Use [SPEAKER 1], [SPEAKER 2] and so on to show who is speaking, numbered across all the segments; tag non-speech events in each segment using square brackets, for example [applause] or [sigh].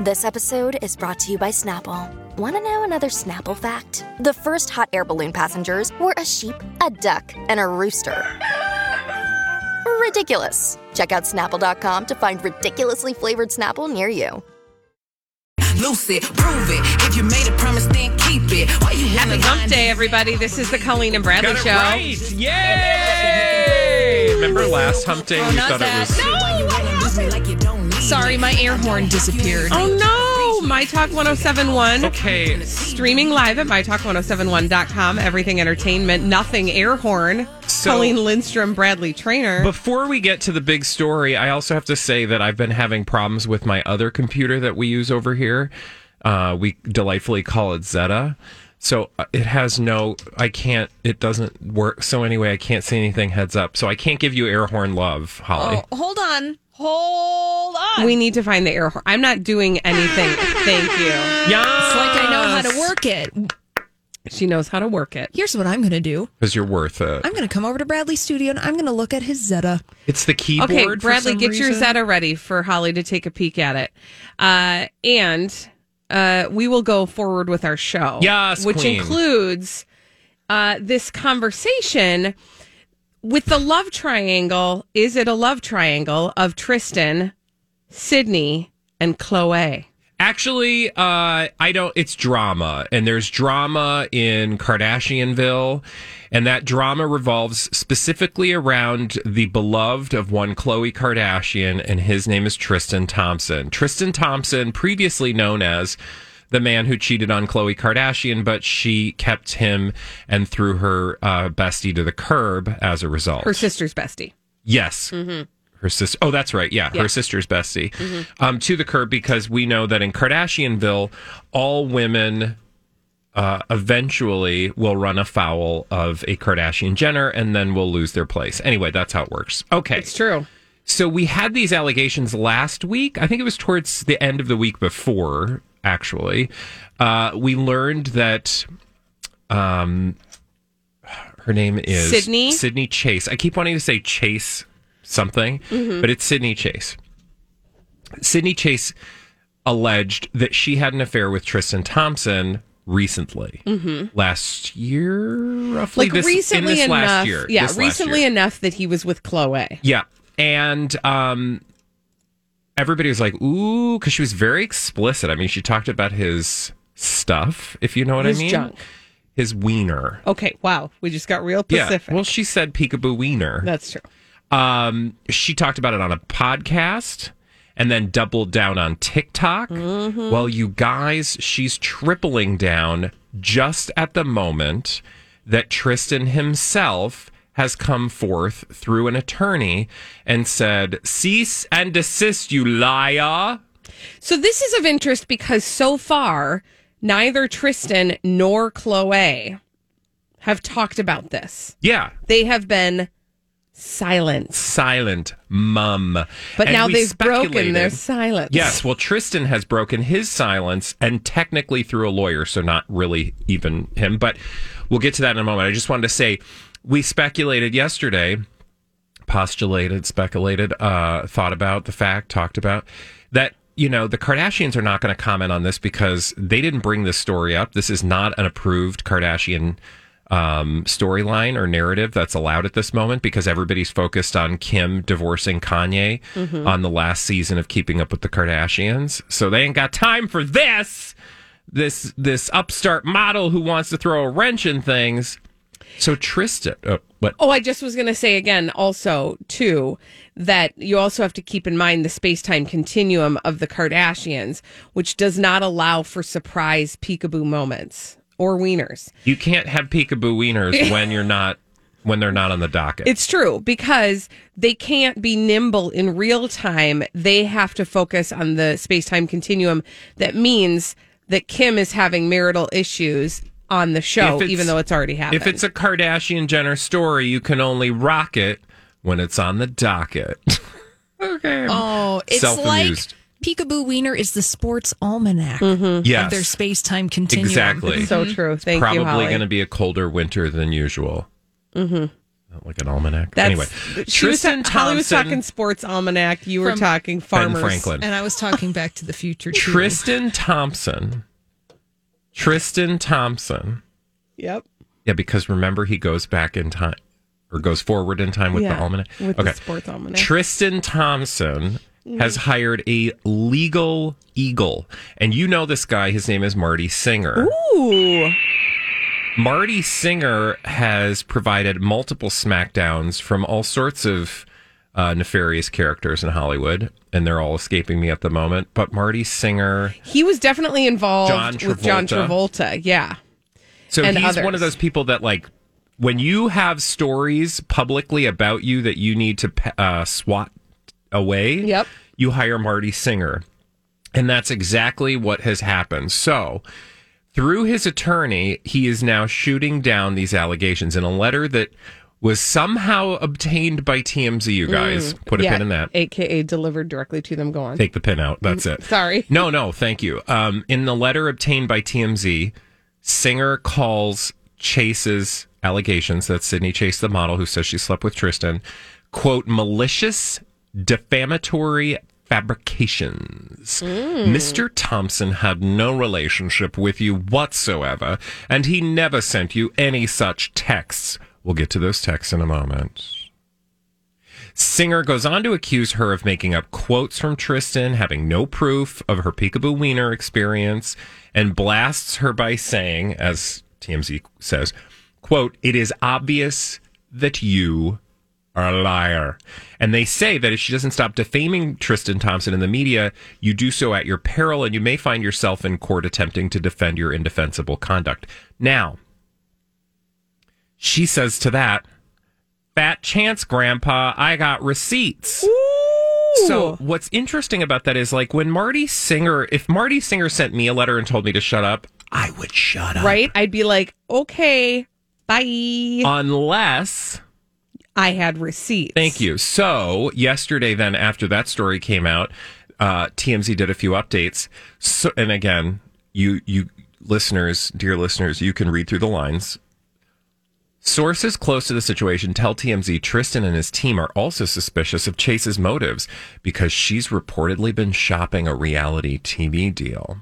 [SPEAKER 1] This episode is brought to you by Snapple. Want to know another Snapple fact? The first hot air balloon passengers were a sheep, a duck, and a rooster. Ridiculous. Check out snapple.com to find ridiculously flavored Snapple near you.
[SPEAKER 2] Lucid, prove it. If you made a promise, then keep it. Why you wanna
[SPEAKER 3] Happy hump
[SPEAKER 2] lie?
[SPEAKER 3] day, everybody. This is the Colleen and Bradley
[SPEAKER 4] Got it
[SPEAKER 3] show.
[SPEAKER 4] right. Yay! Remember last hump
[SPEAKER 5] Oh,
[SPEAKER 4] day we
[SPEAKER 3] not
[SPEAKER 4] thought
[SPEAKER 3] that.
[SPEAKER 4] it was
[SPEAKER 3] No!
[SPEAKER 2] Why you wanna lose me like you don't need
[SPEAKER 3] Sorry, my air horn disappeared. Oh no! My Talk 1071.
[SPEAKER 4] Okay,
[SPEAKER 3] Streaming live at mytalk1071.com. Everything entertainment, nothing air horn.
[SPEAKER 4] So-
[SPEAKER 3] Colleen Lindstrom, Bradley Trainer.
[SPEAKER 4] before we get to the big story, I also have to say that I've been having problems with my other computer that we use over here. Uh, we delightfully call it Zeta. So uh, it has no, I can't, it doesn't work. So anyway, I can't say anything heads up. So I can't give you air horn love, Holly.
[SPEAKER 5] Oh, hold on. Hold on.
[SPEAKER 3] we need to find the air horn. I'm not doing anything. Thank you.
[SPEAKER 4] Yeah.
[SPEAKER 5] it's like I know how to work it.
[SPEAKER 3] She knows how to work it.
[SPEAKER 5] Here's what I'm going to do.
[SPEAKER 4] Because you're worth it.
[SPEAKER 5] I'm going to come over to Bradley's studio and I'm going to look at his Zeta.
[SPEAKER 4] It's the keyboard.
[SPEAKER 3] Okay,
[SPEAKER 4] for
[SPEAKER 3] Bradley,
[SPEAKER 4] some
[SPEAKER 3] get your
[SPEAKER 4] reason.
[SPEAKER 3] Zeta ready for Holly to take a peek at it. Uh, and uh, we will go forward with our show.
[SPEAKER 4] Yes,
[SPEAKER 3] Which
[SPEAKER 4] queen.
[SPEAKER 3] includes uh, this conversation with the love triangle. Is it a love triangle of Tristan, Sydney, and Chloe?
[SPEAKER 4] Actually, uh, I don't. It's drama, and there's drama in Kardashianville, and that drama revolves specifically around the beloved of one Khloe Kardashian, and his name is Tristan Thompson. Tristan Thompson, previously known as the man who cheated on Khloe Kardashian, but she kept him and threw her uh, bestie to the curb as a result.
[SPEAKER 3] Her sister's bestie.
[SPEAKER 4] Yes. Her sister. Oh, that's right. Yeah, her sister's bestie. Um, to the curb because we know that in Kardashianville, all women uh, eventually will run afoul of a Kardashian Jenner and then will lose their place. Anyway, that's how it works. Okay.
[SPEAKER 3] It's true.
[SPEAKER 4] So we had these allegations last week. I think it was towards the end of the week before, actually. Uh, we learned that um, her name is
[SPEAKER 3] Sydney?
[SPEAKER 4] Sydney Chase. I keep wanting to say Chase something,
[SPEAKER 3] Mm-hmm.
[SPEAKER 4] but it's Sydney Chase. Sydney Chase alleged that she had an affair with Tristan Thompson recently, last year, roughly.
[SPEAKER 3] Mm-hmm. Like
[SPEAKER 4] This-
[SPEAKER 3] recently
[SPEAKER 4] in this
[SPEAKER 3] enough.
[SPEAKER 4] last year.
[SPEAKER 3] Yeah,
[SPEAKER 4] This last year.
[SPEAKER 3] recently enough that he was with Chloe.
[SPEAKER 4] Yeah. And um, everybody was like, ooh, because she was very explicit. I mean, she talked about his stuff, if you know what
[SPEAKER 3] His
[SPEAKER 4] I mean.
[SPEAKER 3] junk.
[SPEAKER 4] His wiener.
[SPEAKER 3] Okay, wow. We just got real specific.
[SPEAKER 4] Yeah. Well, she said peekaboo wiener.
[SPEAKER 3] That's true.
[SPEAKER 4] Um, she talked about it on a podcast and then doubled down on TikTok.
[SPEAKER 3] Mm-hmm.
[SPEAKER 4] Well, you guys, she's tripling down just at the moment that Tristan himself has come forth through an attorney and said, Cease and desist, you liar.
[SPEAKER 3] So this is of interest because so far neither Tristan nor Chloe have talked about this.
[SPEAKER 4] Yeah.
[SPEAKER 3] They have been silent.
[SPEAKER 4] Silent mum.
[SPEAKER 3] But
[SPEAKER 4] And
[SPEAKER 3] now
[SPEAKER 4] we
[SPEAKER 3] they've broken their
[SPEAKER 4] speculated-
[SPEAKER 3] silence.
[SPEAKER 4] Yes, well, Tristan has broken his silence and technically through a lawyer, so not really even him, but we'll get to that in a moment. I just wanted to say we speculated yesterday, postulated, speculated, uh, thought about the fact, talked about that. You know, the Kardashians are not going to comment on this because they didn't bring this story up. This is not an approved Kardashian um, storyline or narrative that's allowed at this moment because everybody's focused on Kim divorcing Kanye on the last season of Keeping Up with the Kardashians. So they ain't got time for this. This this upstart model who wants to throw a wrench in things. So Tristan, uh, what?
[SPEAKER 3] Oh, I just was going to say again also too that you also have to keep in mind the space-time continuum of the Kardashians, which does not allow for surprise peekaboo moments or wieners.
[SPEAKER 4] You can't have peekaboo wieners when you're not when they're not on the docket.
[SPEAKER 3] It's true because they can't be nimble in real time. They have to focus on the space time continuum. That means that Kim is having marital issues on the show,
[SPEAKER 4] If it's-
[SPEAKER 3] even though it's already happened.
[SPEAKER 4] If it's a Kardashian Jenner story, you can only rock it when it's on the docket. [laughs] okay.
[SPEAKER 6] Um,
[SPEAKER 5] Oh, it's like
[SPEAKER 4] Self-amused.
[SPEAKER 5] Peekaboo Wiener is the sports almanac of
[SPEAKER 4] Mm-hmm. yes.
[SPEAKER 5] their space time continuum.
[SPEAKER 4] exactly.
[SPEAKER 3] so true. Thank you,
[SPEAKER 4] Probably
[SPEAKER 3] Holly.
[SPEAKER 4] going to be a colder winter than usual. Mm-hmm. Not like an almanac.
[SPEAKER 3] That's,
[SPEAKER 4] anyway,
[SPEAKER 3] she was
[SPEAKER 4] Tristan
[SPEAKER 3] ta- Holly was
[SPEAKER 4] Thompson-
[SPEAKER 3] talking sports almanac. You were
[SPEAKER 5] From
[SPEAKER 3] talking farmers.
[SPEAKER 4] Ben Franklin.
[SPEAKER 5] And I was talking back to the future. too.
[SPEAKER 4] Tristan Thompson. Tristan Thompson.
[SPEAKER 3] Yep.
[SPEAKER 4] Yeah, because remember he goes back in time or goes forward in time with
[SPEAKER 3] Yeah,
[SPEAKER 4] the almanac.
[SPEAKER 3] with the Mm-hmm. sports almanac.
[SPEAKER 4] Tristan Thompson has hired a legal eagle. And you know this guy, his name is Marty Singer.
[SPEAKER 3] Ooh.
[SPEAKER 4] Marty Singer has provided multiple smackdowns from all sorts of uh, nefarious characters in Hollywood, and they're all escaping me at the moment. But Marty Singer
[SPEAKER 3] He was definitely involved
[SPEAKER 4] John
[SPEAKER 3] with John
[SPEAKER 4] Travolta.
[SPEAKER 3] Travolta. Yeah.
[SPEAKER 4] So
[SPEAKER 3] and
[SPEAKER 4] he's one
[SPEAKER 3] others.
[SPEAKER 4] of those people that like when you have stories publicly about you that you need to pe- uh, swat away.
[SPEAKER 3] Yep.
[SPEAKER 4] You hire Marty Singer, and that's exactly what has happened. So. Through his attorney, he is now shooting down these allegations in a letter that was somehow obtained by TMZ, you guys. Put a
[SPEAKER 3] yeah.
[SPEAKER 4] pin in that.
[SPEAKER 3] AKA delivered directly to them. Go on.
[SPEAKER 4] Take the pin out. That's
[SPEAKER 3] [laughs]
[SPEAKER 4] it.
[SPEAKER 3] Sorry.
[SPEAKER 4] No, no, thank you. Um, in the letter obtained by TMZ, Singer calls Chase's allegations that Sydney Chase, the model who says she slept with Tristan, quote, malicious, defamatory fabrications. Mr. Thompson had no relationship with you whatsoever, and he never sent you any such texts. We'll get to those texts in a moment. Singer goes on to accuse her of making up quotes from Tristan, having no proof of her peekaboo wiener experience, and blasts her by saying, as TMZ says, quote, it is obvious that you are a liar. And they say that if she doesn't stop defaming Tristan Thompson in the media, you do so at your peril and you may find yourself in court attempting to defend your indefensible conduct. Now, she says to that, Fat chance, Grandpa, I got receipts. So what's interesting about that is like when Marty Singer, if Marty Singer sent me a letter and told me to shut up, I would shut up.
[SPEAKER 3] right? I'd be like, okay, bye.
[SPEAKER 4] Uh, Unless,
[SPEAKER 3] I had receipts.
[SPEAKER 4] thank you. So yesterday, then after that story came out, uh, TMZ did a few updates. So, and again, you you listeners, dear listeners, you can read through the lines. Sources close to the situation tell TMZ Tristan and his team are also suspicious of Chase's motives because she's reportedly been shopping a reality TV deal.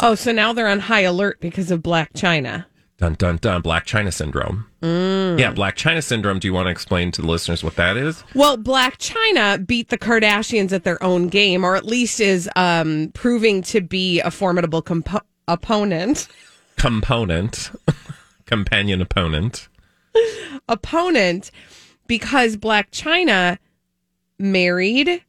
[SPEAKER 3] Oh, so now they're on high alert because of Black China.
[SPEAKER 4] Dun dun dun. Black China syndrome. Yeah, Black China syndrome. Do you want to explain to the listeners what that is?
[SPEAKER 3] Well, Black China beat the Kardashians at their own game, or at least is um, proving to be a formidable compo- opponent.
[SPEAKER 4] Component, [laughs] companion opponent.
[SPEAKER 3] opponent because Black China married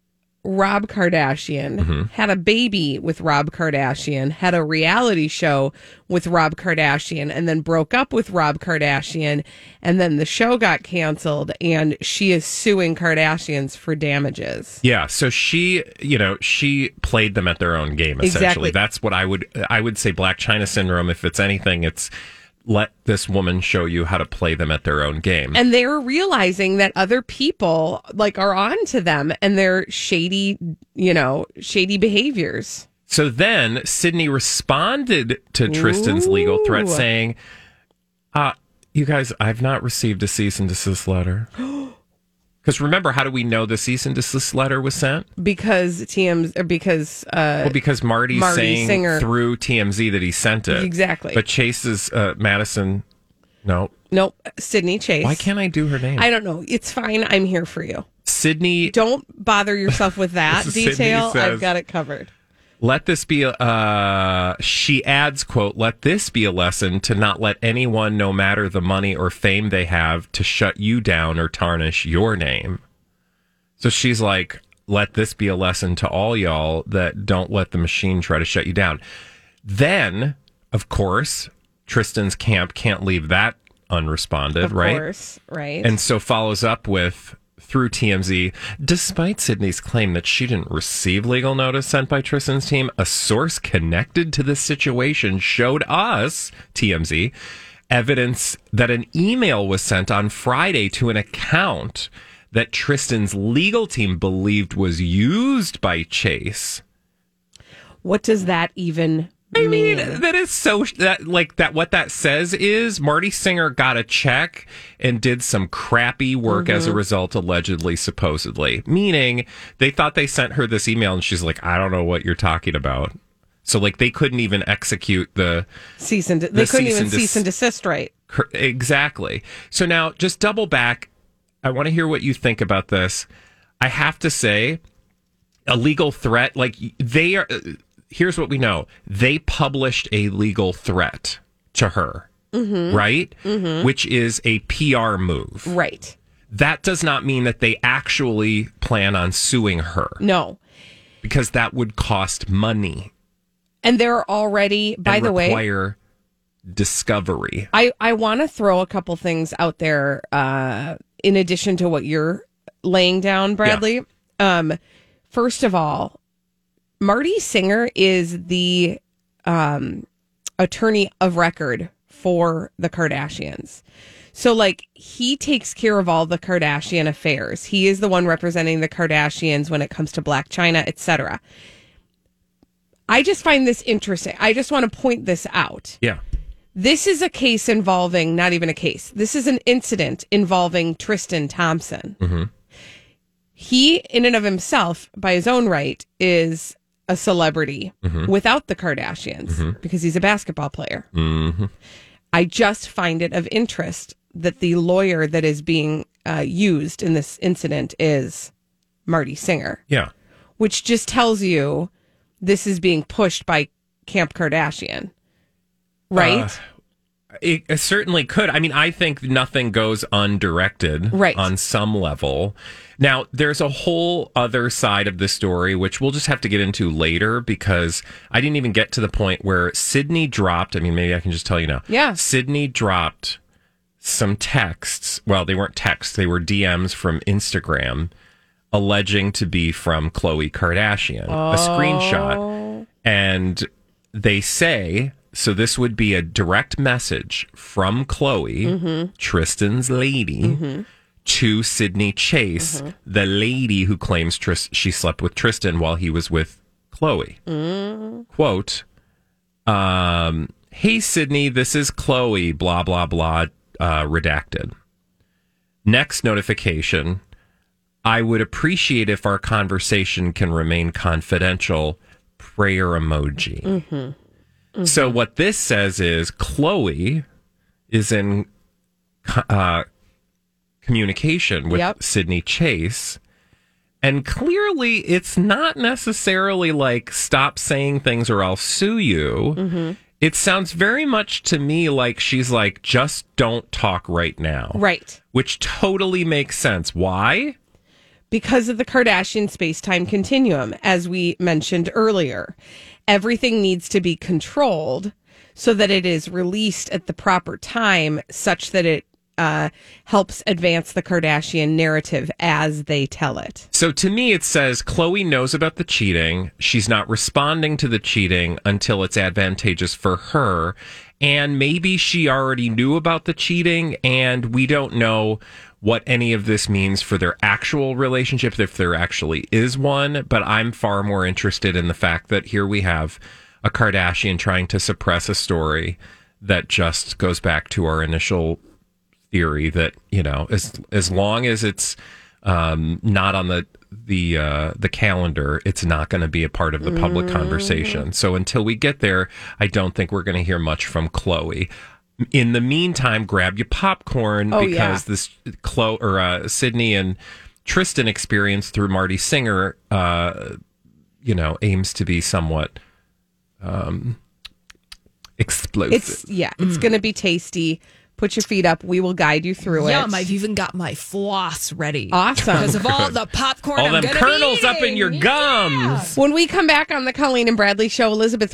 [SPEAKER 3] Rob Kardashian, had a baby with Rob Kardashian, had a reality show with Rob Kardashian, and then broke up with Rob Kardashian. And then the show got canceled, and she is suing Kardashians for damages.
[SPEAKER 4] Yeah. So she, you know, she played them at their own game. Essentially,
[SPEAKER 3] Exactly.
[SPEAKER 4] that's what I would. I would say Black China syndrome. If it's anything, it's let this woman show you how to play them at their own game.
[SPEAKER 3] And they're realizing that other people like are on to them and their shady, you know, shady behaviors.
[SPEAKER 4] So then Sydney responded to Tristan's legal threat
[SPEAKER 3] Ooh.
[SPEAKER 4] saying, uh, you guys, I've not received a cease and desist
[SPEAKER 3] [gasps]
[SPEAKER 4] letter. Because remember, how do we know the cease and desist letter was sent?
[SPEAKER 3] Because TM's or because uh
[SPEAKER 4] Well, because Marty's
[SPEAKER 3] Marty
[SPEAKER 4] saying
[SPEAKER 3] Singer.
[SPEAKER 4] through TMZ that he sent it.
[SPEAKER 3] Exactly.
[SPEAKER 4] But Chase's uh, Madison. No.
[SPEAKER 3] Nope. Sydney Chase.
[SPEAKER 4] Why can't I do her name?
[SPEAKER 3] I don't know. It's fine. I'm here for you.
[SPEAKER 4] Sydney
[SPEAKER 3] Don't bother yourself
[SPEAKER 4] [laughs]
[SPEAKER 3] with that
[SPEAKER 4] Sydney
[SPEAKER 3] detail.
[SPEAKER 4] says-
[SPEAKER 3] I've got it covered.
[SPEAKER 4] let this be a, uh she adds quote let this be a lesson to not let anyone no matter the money or fame they have to shut you down or tarnish your name so she's like let this be a lesson to all y'all that don't let the machine try to shut you down then of course tristan's camp can't leave that unresponded
[SPEAKER 3] Of
[SPEAKER 4] right
[SPEAKER 3] course. Right.
[SPEAKER 4] and so follows up with through TMZ. Despite Sydney's claim that she didn't receive legal notice sent by Tristan's team, a source connected to this situation showed us, TMZ, evidence that an email was sent on Friday to an account that Tristan's legal team believed was used by Chase.
[SPEAKER 3] What does that even
[SPEAKER 4] I mean, that is so that like that what that says is Marty Singer got a check and did some crappy work as a result allegedly supposedly. Meaning they thought they sent her this email and she's like I don't know what you're talking about. So like they couldn't even execute the
[SPEAKER 3] cease and de- they couldn't
[SPEAKER 4] cease
[SPEAKER 3] even
[SPEAKER 4] and des-
[SPEAKER 3] cease and desist right?
[SPEAKER 4] Cor- Exactly. So now just double back. I want to hear what you think about this. I have to say, a legal threat, like they are, uh, here's what we know they published a legal threat to her,
[SPEAKER 3] Mm-hmm.
[SPEAKER 4] right? Which is a PR move.
[SPEAKER 3] Right.
[SPEAKER 4] That does not mean that they actually plan on suing her
[SPEAKER 3] No.
[SPEAKER 4] because that would cost money.
[SPEAKER 3] And there are already by
[SPEAKER 4] and
[SPEAKER 3] the way
[SPEAKER 4] require discovery.
[SPEAKER 3] I, I want to throw a couple things out there uh, in addition to what you're laying down, Bradley. Um, first of all, Marty Singer is the um, attorney of record for the Kardashians. So, like, he takes care of all the Kardashian affairs. He is the one representing the Kardashians when it comes to Black China, etc. I just find this interesting. I just want to point this out.
[SPEAKER 4] Yeah.
[SPEAKER 3] This is a case involving, not even a case, this is an incident involving Tristan Thompson. He, in and of himself, by his own right, is a celebrity without the Kardashians because he's a basketball player. I just find it of interest that the lawyer that is being uh, used in this incident is Marty Singer,
[SPEAKER 4] Yeah.
[SPEAKER 3] which just tells you this is being pushed by Camp Kardashian,
[SPEAKER 4] Uh,
[SPEAKER 3] right?
[SPEAKER 4] It it certainly could. I mean, I think nothing goes undirected
[SPEAKER 3] Right.
[SPEAKER 4] on some level. Now, there's a whole other side of the story, which we'll just have to get into later because I didn't even get to the point where Sydney dropped. I mean, maybe I can just tell you now.
[SPEAKER 3] Yeah.
[SPEAKER 4] Sydney dropped some texts. Well, they weren't texts, they were DMs from Instagram alleging to be from Khloe Kardashian, a screenshot. And they say, so this would be a direct message from Chloe, Tristan's lady, to Sydney Chase, the lady who claims Tris- she slept with Tristan while he was with Chloe. Quote, um, Hey, Sydney, this is Chloe, blah, blah, blah, uh, redacted. Next notification I would appreciate if our conversation can remain confidential. Prayer emoji. So, what this says is Chloe is in co- uh, communication with
[SPEAKER 3] Yep.
[SPEAKER 4] Sydney Chase. And clearly, it's not necessarily like stop saying things or I'll sue you. It sounds very much to me like she's like, just don't talk right now.
[SPEAKER 3] Right.
[SPEAKER 4] Which totally makes sense. Why?
[SPEAKER 3] because of the Kardashian space time continuum, as we mentioned earlier. Everything needs to be controlled so that it is released at the proper time, such that it uh, helps advance the Kardashian narrative as they tell it.
[SPEAKER 4] So to me, it says Chloe knows about the cheating. She's not responding to the cheating until it's advantageous for her. And maybe she already knew about the cheating, and we don't know what any of this means for their actual relationship, if there actually is one. But I'm far more interested in the fact that here we have a Kardashian trying to suppress a story that just goes back to our initial theory that you know as as long as it's um, not on the the uh, the calendar, it's not going to be a part of the public conversation. So until we get there, I don't think we're going to hear much from Chloe. In the meantime, grab your popcorn
[SPEAKER 3] Oh, yeah.
[SPEAKER 4] because this Chloe or uh, Sydney and Tristan experience through Marty Singer, uh, you know, aims to be somewhat um, explosive.
[SPEAKER 3] It's, yeah, it's going to be tasty. Put your feet up. We will guide you through
[SPEAKER 5] Yum!
[SPEAKER 3] it.
[SPEAKER 5] I've even got my floss ready.
[SPEAKER 3] Awesome.
[SPEAKER 5] Because of all the popcorn,
[SPEAKER 4] all
[SPEAKER 5] I'm
[SPEAKER 4] them
[SPEAKER 5] gonna be
[SPEAKER 4] kernels up in
[SPEAKER 5] eating.
[SPEAKER 4] your gums.
[SPEAKER 3] When we come back on the Colleen and Bradley show, Elizabeth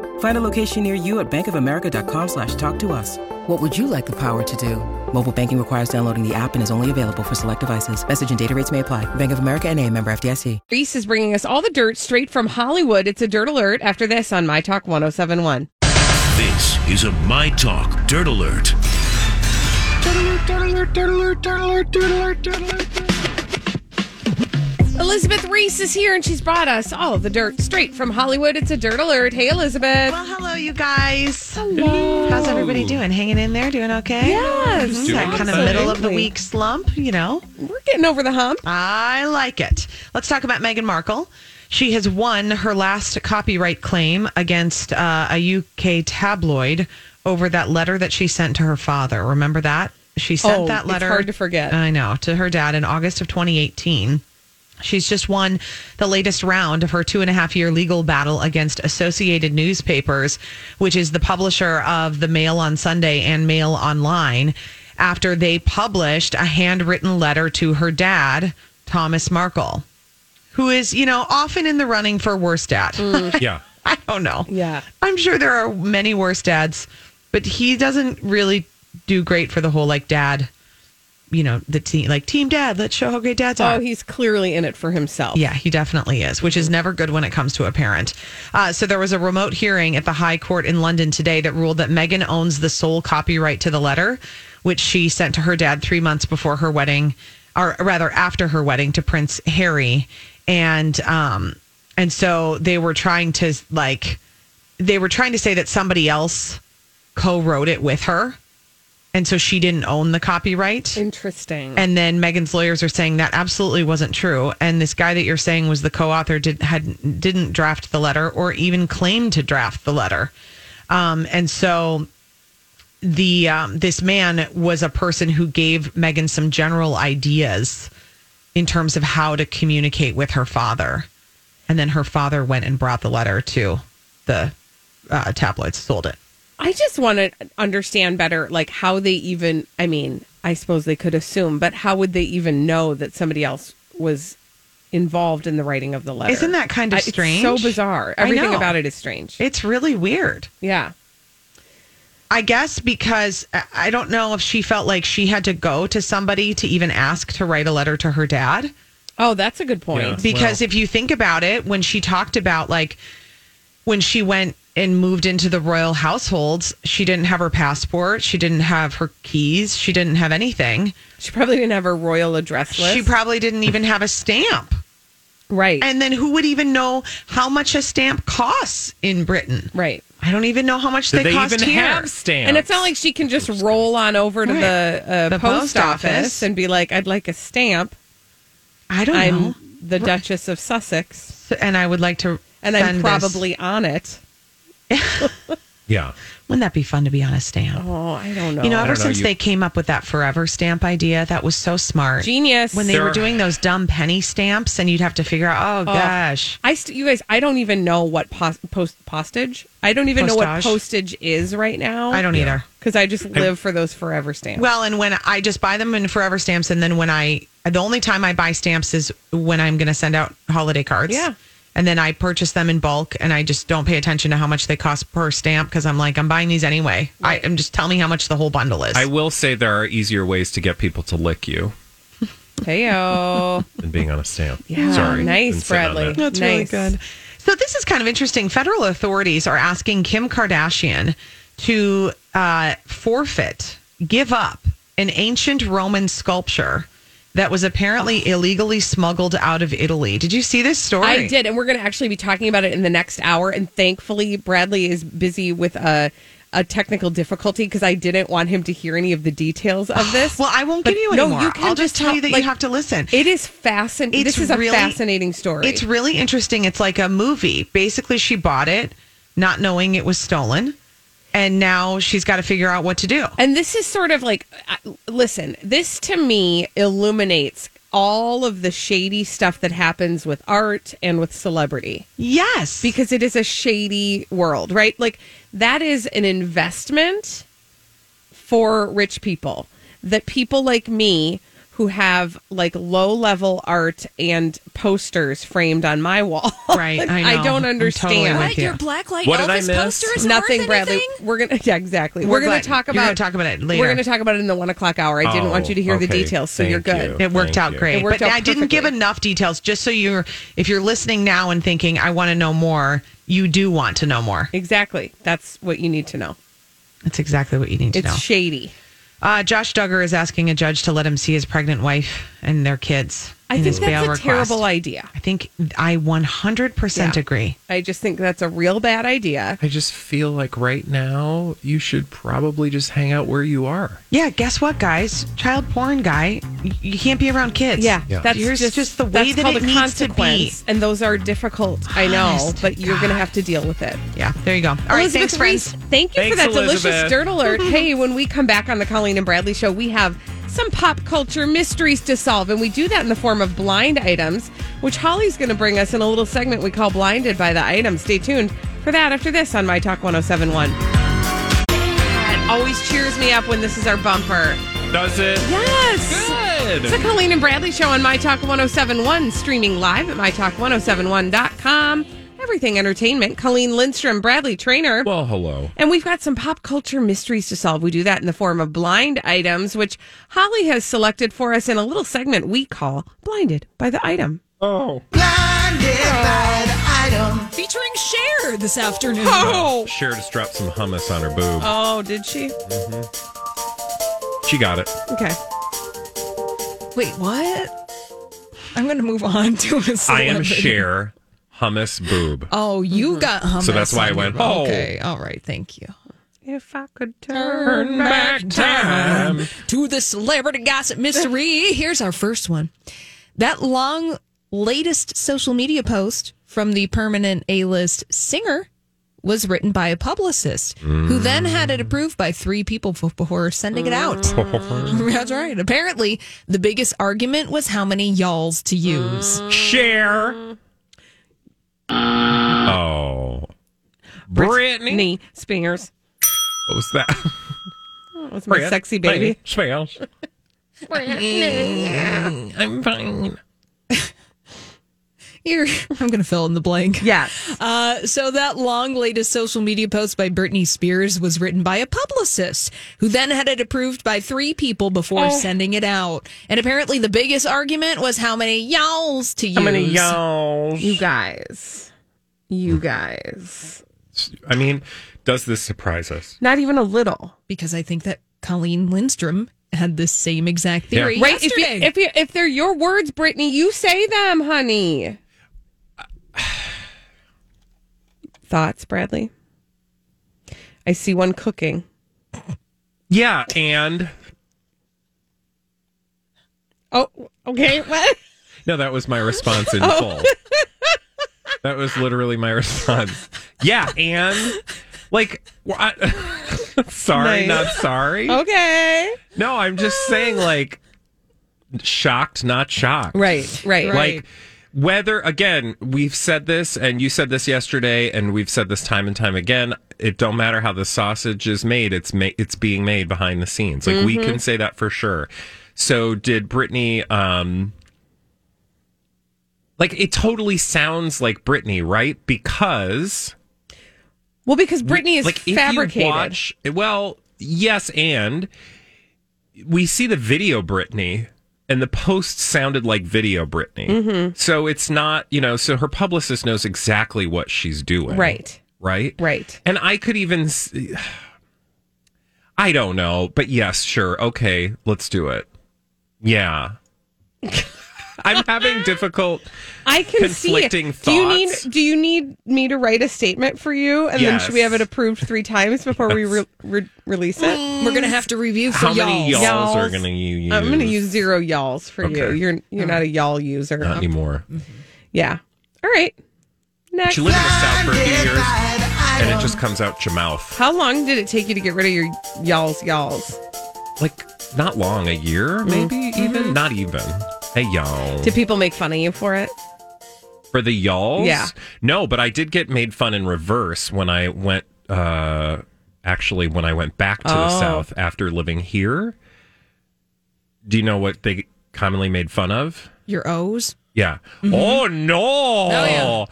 [SPEAKER 7] Find a location near you at bankofamerica.com slash talk to us. What would you like the power to do? Mobile banking requires downloading the app and is only available for select devices. Message and data rates may apply. Bank of America and a member FDIC.
[SPEAKER 3] Reese is bringing us all the dirt straight from Hollywood. It's a dirt alert after this on My Talk 1071.
[SPEAKER 8] This is a My Talk Dirt Alert.
[SPEAKER 3] Elizabeth Reese is here and she's brought us all the dirt straight from Hollywood. It's a dirt alert. Hey, Elizabeth.
[SPEAKER 6] Well, hello, you guys. Hello. How's everybody doing? Hanging in there? Doing okay?
[SPEAKER 3] Yes,
[SPEAKER 6] Mhm, That
[SPEAKER 4] doing
[SPEAKER 6] kind of
[SPEAKER 4] okay.
[SPEAKER 6] middle of the week slump, you know.
[SPEAKER 3] We're getting over the hump.
[SPEAKER 6] I like it. Let's talk about Meghan Markle. She has won her last copyright claim against uh, a UK tabloid over that letter that she sent to her father. Remember that? She sent
[SPEAKER 3] Oh,
[SPEAKER 6] that
[SPEAKER 3] it's
[SPEAKER 6] letter.
[SPEAKER 3] hard to forget.
[SPEAKER 6] I know, to her dad in August of 2018. She's just won the latest round of her two and a half year legal battle against Associated Newspapers, which is the publisher of the Mail on Sunday and Mail Online, after they published a handwritten letter to her dad, Thomas Markle, who is, you know, often in the running for worst [laughs] dad.
[SPEAKER 4] Yeah.
[SPEAKER 6] I don't know.
[SPEAKER 3] Yeah.
[SPEAKER 6] I'm sure there are many worse dads, but he doesn't really do great for the whole like dad, you know, the team like team dad. Let's show how great dads are.
[SPEAKER 3] Oh, he's clearly in it for himself.
[SPEAKER 6] Yeah, he definitely is, which is never good when it comes to a parent. Uh, so there was a remote hearing at the High Court in London today that ruled that Meghan owns the sole copyright to the letter, which she sent to her dad three months before her wedding, or rather after her wedding to Prince Harry, and um, and so they were trying to like, they were trying to say that somebody else co-wrote it with her, and so she didn't own the copyright.
[SPEAKER 3] Interesting.
[SPEAKER 6] And then Megan's lawyers are saying that absolutely wasn't true. And this guy that you're saying was the co-author did, had didn't draft the letter or even claim to draft the letter. Um, and so the um, this man was a person who gave Megan some general ideas in terms of how to communicate with her father. And then her father went and brought the letter to the uh, tabloids, sold it.
[SPEAKER 3] I just want to understand better, like how they even. I mean, I suppose they could assume, but how would they even know that somebody else was involved in the writing of the letter?
[SPEAKER 6] Isn't that kind of
[SPEAKER 3] I-
[SPEAKER 6] strange?
[SPEAKER 3] It's so bizarre.
[SPEAKER 6] I
[SPEAKER 3] Everything
[SPEAKER 6] know.
[SPEAKER 3] about it is strange.
[SPEAKER 6] It's really weird.
[SPEAKER 3] yeah.
[SPEAKER 6] I guess because I- I don't know if she felt like she had to go to somebody to even ask to write a letter to her dad.
[SPEAKER 3] Oh, that's a good point.
[SPEAKER 6] Because if you think about it, when she talked about like when she went and moved into the royal households, she didn't have her passport, she didn't have her keys, she didn't have anything.
[SPEAKER 3] She probably didn't have her royal address list.
[SPEAKER 6] She probably didn't even have a stamp.
[SPEAKER 3] right.
[SPEAKER 6] And then who would even know how much a stamp costs in Britain?
[SPEAKER 3] right.
[SPEAKER 6] I don't even know how much
[SPEAKER 4] Did
[SPEAKER 6] they,
[SPEAKER 4] they
[SPEAKER 6] cost
[SPEAKER 4] even
[SPEAKER 6] here.
[SPEAKER 4] have stamps?
[SPEAKER 3] And it's not like she can just roll on over to
[SPEAKER 6] Right.
[SPEAKER 3] the, uh,
[SPEAKER 6] The
[SPEAKER 3] post,
[SPEAKER 6] post
[SPEAKER 3] office,
[SPEAKER 6] office.
[SPEAKER 3] and be like, "I'd like a stamp.
[SPEAKER 6] I don't
[SPEAKER 3] I'm
[SPEAKER 6] know.
[SPEAKER 3] the Duchess of Sussex,
[SPEAKER 6] And I would like to
[SPEAKER 3] and I'm
[SPEAKER 6] send this-
[SPEAKER 3] probably on it."
[SPEAKER 4] Yeah.
[SPEAKER 6] Wouldn't that be fun to be on a stamp?
[SPEAKER 3] Oh, I don't know.
[SPEAKER 6] you know,
[SPEAKER 4] I
[SPEAKER 6] ever
[SPEAKER 4] don't know,
[SPEAKER 6] since
[SPEAKER 4] you-
[SPEAKER 6] they came up with that forever stamp idea, that was so smart.
[SPEAKER 3] genius
[SPEAKER 6] When they
[SPEAKER 4] There
[SPEAKER 6] were
[SPEAKER 4] are-
[SPEAKER 6] doing those dumb penny stamps, and you'd have to figure out, oh, gosh,
[SPEAKER 3] I st- you guys, I don't even know what pos- post postage. I don't even know what
[SPEAKER 6] Postage.
[SPEAKER 3] postage is right now.
[SPEAKER 6] I don't either.
[SPEAKER 3] because I just live for those forever stamps.
[SPEAKER 6] Well, and when I just buy them in forever stamps, and then when I, the only time I buy stamps is when I'm going to send out holiday cards.
[SPEAKER 3] Yeah.
[SPEAKER 6] And then I purchase them in bulk, and I just don't pay attention to how much they cost per stamp because I'm like, I'm buying these anyway. I, am just tell me how much the whole bundle is.
[SPEAKER 4] I will say there are easier ways to get people to lick you
[SPEAKER 3] Heyo,
[SPEAKER 4] than being on a stamp.
[SPEAKER 3] yeah,
[SPEAKER 4] Sorry. Been
[SPEAKER 3] nice,
[SPEAKER 4] sitting on
[SPEAKER 3] Bradley.
[SPEAKER 4] that.
[SPEAKER 6] That's really
[SPEAKER 3] Nice.
[SPEAKER 6] good. So this is kind of interesting. Federal authorities are asking Kim Kardashian to uh, forfeit, give up an ancient Roman sculpture that was apparently illegally smuggled out of Italy. Did you see this story?
[SPEAKER 3] I did, and we're going to actually be talking about it in the next hour. And thankfully, Bradley is busy with a a technical difficulty because I didn't want him to hear any of the details
[SPEAKER 6] [sighs]
[SPEAKER 3] of this.
[SPEAKER 6] well, I won't
[SPEAKER 3] But
[SPEAKER 6] give you
[SPEAKER 3] no,
[SPEAKER 6] any more.
[SPEAKER 3] you can
[SPEAKER 6] I'll just tell
[SPEAKER 3] tell-
[SPEAKER 6] you that
[SPEAKER 3] like,
[SPEAKER 6] you have to listen.
[SPEAKER 3] It is fascinating.
[SPEAKER 6] It's
[SPEAKER 3] This is a
[SPEAKER 6] really-
[SPEAKER 3] fascinating story.
[SPEAKER 6] It's really interesting. It's like a movie. Basically, she bought it not knowing it was stolen, and now she's got to figure out what to do.
[SPEAKER 3] And this is sort of like, I- listen, this to me illuminates all of the shady stuff that happens with art and with celebrity
[SPEAKER 6] Yes,
[SPEAKER 3] because it is a shady world, right? Like, that is an investment for rich people that people like me who have like low level art and posters framed on my wall. [laughs]
[SPEAKER 6] Right,
[SPEAKER 3] Like,
[SPEAKER 6] I know.
[SPEAKER 3] don't
[SPEAKER 6] I'm totally
[SPEAKER 3] understand.
[SPEAKER 6] with
[SPEAKER 5] What? Your blacklight
[SPEAKER 4] What did I
[SPEAKER 5] Elvis
[SPEAKER 4] miss?
[SPEAKER 5] poster is
[SPEAKER 3] Nothing,
[SPEAKER 5] worth
[SPEAKER 3] Bradley.
[SPEAKER 5] anything?
[SPEAKER 3] We're gonna yeah, exactly. We're,
[SPEAKER 6] We're
[SPEAKER 3] gonna
[SPEAKER 6] glad-
[SPEAKER 3] talk
[SPEAKER 6] you're gonna
[SPEAKER 3] about
[SPEAKER 6] talk about it later. Oh,
[SPEAKER 3] We're gonna talk about it in the one o'clock hour. I didn't want you to hear the
[SPEAKER 4] okay.
[SPEAKER 3] details, so
[SPEAKER 4] Thank
[SPEAKER 3] you're good.
[SPEAKER 4] you.
[SPEAKER 6] It worked
[SPEAKER 4] Thank
[SPEAKER 6] out
[SPEAKER 4] you.
[SPEAKER 6] great.
[SPEAKER 3] It worked
[SPEAKER 6] but
[SPEAKER 3] out
[SPEAKER 6] I didn't give
[SPEAKER 3] perfectly.
[SPEAKER 6] enough details just so you're if you're listening now and thinking I want to know more, you do want to know more.
[SPEAKER 3] Exactly. That's what you need to know.
[SPEAKER 6] That's exactly what you need to
[SPEAKER 3] It's
[SPEAKER 6] know.
[SPEAKER 3] shady.
[SPEAKER 6] uh, Josh Duggar is asking a judge to let him see his pregnant wife and their kids.
[SPEAKER 3] I
[SPEAKER 6] in
[SPEAKER 3] think
[SPEAKER 6] his bail
[SPEAKER 3] that's a
[SPEAKER 6] request.
[SPEAKER 3] terrible idea.
[SPEAKER 6] I think I 100%
[SPEAKER 3] Yeah.
[SPEAKER 6] agree.
[SPEAKER 3] I just think that's a real bad idea.
[SPEAKER 4] I just feel like right now you should probably just hang out where you are.
[SPEAKER 6] Yeah, guess what, guys? Child porn guy, y- you can't be around kids.
[SPEAKER 3] Yeah,
[SPEAKER 4] Yeah.
[SPEAKER 3] that's
[SPEAKER 6] Here's
[SPEAKER 3] just,
[SPEAKER 6] just the way
[SPEAKER 3] that's
[SPEAKER 6] that
[SPEAKER 3] called
[SPEAKER 6] it
[SPEAKER 3] a
[SPEAKER 6] needs to be.
[SPEAKER 3] consequence, and those are difficult. I know,
[SPEAKER 6] Honest to
[SPEAKER 3] but you're going
[SPEAKER 6] God.
[SPEAKER 3] to have to deal with it.
[SPEAKER 6] Yeah, there you go. All right,
[SPEAKER 3] Elizabeth
[SPEAKER 6] thanks, friends.
[SPEAKER 3] Reese, thank you for
[SPEAKER 4] Thanks,
[SPEAKER 3] that delicious
[SPEAKER 4] Elizabeth.
[SPEAKER 3] dirt
[SPEAKER 5] [laughs]
[SPEAKER 3] alert. hey, when we come back on the Colleen and Bradley show, we have some pop culture mysteries to solve, and we do that in the form of blind items, which Holly's going to bring us in a little segment we call Blinded by the Item. Stay tuned for that after this on My Talk 1071. It always cheers me up when this is our bumper.
[SPEAKER 4] Does it?
[SPEAKER 3] Yes!
[SPEAKER 4] Good.
[SPEAKER 3] It's the Colleen and Bradley Show on My Talk 1071, streaming live at MyTalk1071.com. Um, Everything Entertainment. Colleen Lindstrom, Bradley Trainer.
[SPEAKER 4] Well, hello.
[SPEAKER 3] And we've got some pop culture mysteries to solve. We do that in the form of blind items, which Holly has selected for us in a little segment we call Blinded by the Item.
[SPEAKER 4] Oh.
[SPEAKER 5] Oh. Featuring Cher this afternoon.
[SPEAKER 3] Oh,
[SPEAKER 4] Cher just dropped some hummus on her boob.
[SPEAKER 3] oh did she?
[SPEAKER 4] She got it.
[SPEAKER 3] Okay.
[SPEAKER 5] Wait, what? I'm going to move on to a
[SPEAKER 4] I
[SPEAKER 5] celebrity.
[SPEAKER 4] am Cher, hummus boob.
[SPEAKER 5] Oh,
[SPEAKER 3] Mm-hmm.
[SPEAKER 5] you got hummus.
[SPEAKER 4] So that's
[SPEAKER 5] on
[SPEAKER 4] why I
[SPEAKER 5] your-
[SPEAKER 4] went, oh.
[SPEAKER 5] Okay, all right, thank you.
[SPEAKER 3] If I could turn
[SPEAKER 4] back time.
[SPEAKER 5] to the celebrity gossip mystery. [laughs] Here's our first one. That long latest social media post from the permanent A-list singer was written by a publicist who
[SPEAKER 4] Mm.
[SPEAKER 5] then had it approved by three people f- before sending
[SPEAKER 3] Mm.
[SPEAKER 5] it out. [laughs] That's right. Apparently, the biggest argument was how many y'alls to use.
[SPEAKER 4] Cher. Oh. Brittany.
[SPEAKER 3] Brittany Spears.
[SPEAKER 4] What was that?
[SPEAKER 3] That was my sexy baby.
[SPEAKER 4] Smells. I'm fine.
[SPEAKER 5] Here, [laughs] I'm going to fill in the blank.
[SPEAKER 3] Yes.
[SPEAKER 5] Uh, so that long latest social media post by Britney Spears was written by a publicist who then had it approved by three people before
[SPEAKER 4] Oh.
[SPEAKER 5] sending it out. And apparently the biggest argument was how many y'alls to use.
[SPEAKER 4] How many y'all?
[SPEAKER 3] You guys. You
[SPEAKER 4] Hmm.
[SPEAKER 3] guys.
[SPEAKER 4] I mean, does this surprise us?
[SPEAKER 3] Not even a little.
[SPEAKER 5] Because I think that Colleen Lindstrom had the same exact
[SPEAKER 4] Yeah.
[SPEAKER 5] theory
[SPEAKER 3] Right? If, you,
[SPEAKER 5] yesterday.
[SPEAKER 3] if, you, if they're your words, Brittany, you say them, honey. Thoughts, Bradley? I see one cooking.
[SPEAKER 4] Yeah, and
[SPEAKER 3] Oh, [laughs] okay. What?
[SPEAKER 4] no, that was my response
[SPEAKER 3] [laughs] Oh.
[SPEAKER 4] in full. That was literally my response. Yeah, and like, wh- I- [laughs]
[SPEAKER 3] Nice.
[SPEAKER 4] sorry,
[SPEAKER 3] Oh.
[SPEAKER 4] not sorry.
[SPEAKER 3] Okay.
[SPEAKER 4] No, I'm just saying, like, shocked, not shocked.
[SPEAKER 3] Right, right.
[SPEAKER 4] Like, whether, again, we've said this and you said this yesterday and we've said this time and time again. It don't matter how the sausage is made, it's ma- it's being made behind the scenes. Like, we
[SPEAKER 3] Mm-hmm.
[SPEAKER 4] can say that for sure. So, did Brittany, um, like, it totally sounds like Brittany, right? Because
[SPEAKER 3] well, because Brittany is
[SPEAKER 4] if you
[SPEAKER 3] fabricated.
[SPEAKER 4] watch- well, yes, and we see the video Britney, and the post sounded like video Britney. So it's not, you know, so her publicist knows exactly what she's doing.
[SPEAKER 3] Right.
[SPEAKER 4] Right.
[SPEAKER 3] Right.
[SPEAKER 4] And I could even, s- I don't know, but yes, sure. Okay, let's do it. Yeah. I'm having difficult.
[SPEAKER 6] I can see.
[SPEAKER 4] Conflicting
[SPEAKER 6] it. Do you need
[SPEAKER 4] thoughts.
[SPEAKER 6] Do you need me to write a statement for you, and then should we have
[SPEAKER 4] Yes.
[SPEAKER 6] it approved three times before we re- re- release it?
[SPEAKER 5] Mm. We're gonna have to review for
[SPEAKER 4] How many
[SPEAKER 5] y'all.
[SPEAKER 4] y'alls, are
[SPEAKER 6] Y'alls.
[SPEAKER 4] going to use?
[SPEAKER 6] I'm going to use zero y'alls for you.
[SPEAKER 4] Okay.
[SPEAKER 6] You're you're not a y'all user.
[SPEAKER 4] not
[SPEAKER 6] Um,
[SPEAKER 4] anymore.
[SPEAKER 6] yeah. All right. Next.
[SPEAKER 4] She lived in the south for a few years, and it just comes out your mouth.
[SPEAKER 6] How long did it take you to get rid of your y'alls y'alls?
[SPEAKER 4] Like not long, a year maybe,
[SPEAKER 6] Mm-hmm.
[SPEAKER 4] even not even. Hey y'all.
[SPEAKER 6] Did people make fun of you for it?
[SPEAKER 4] For the y'alls?
[SPEAKER 6] Yeah.
[SPEAKER 4] No, but I did get made fun in reverse when I went, uh, actually, when I went back to the
[SPEAKER 6] Oh.
[SPEAKER 4] South after living here. Do you know what they commonly made fun of?
[SPEAKER 5] Your O's.
[SPEAKER 4] Yeah.
[SPEAKER 6] Mm-hmm.
[SPEAKER 4] Oh, no. Oh, yeah.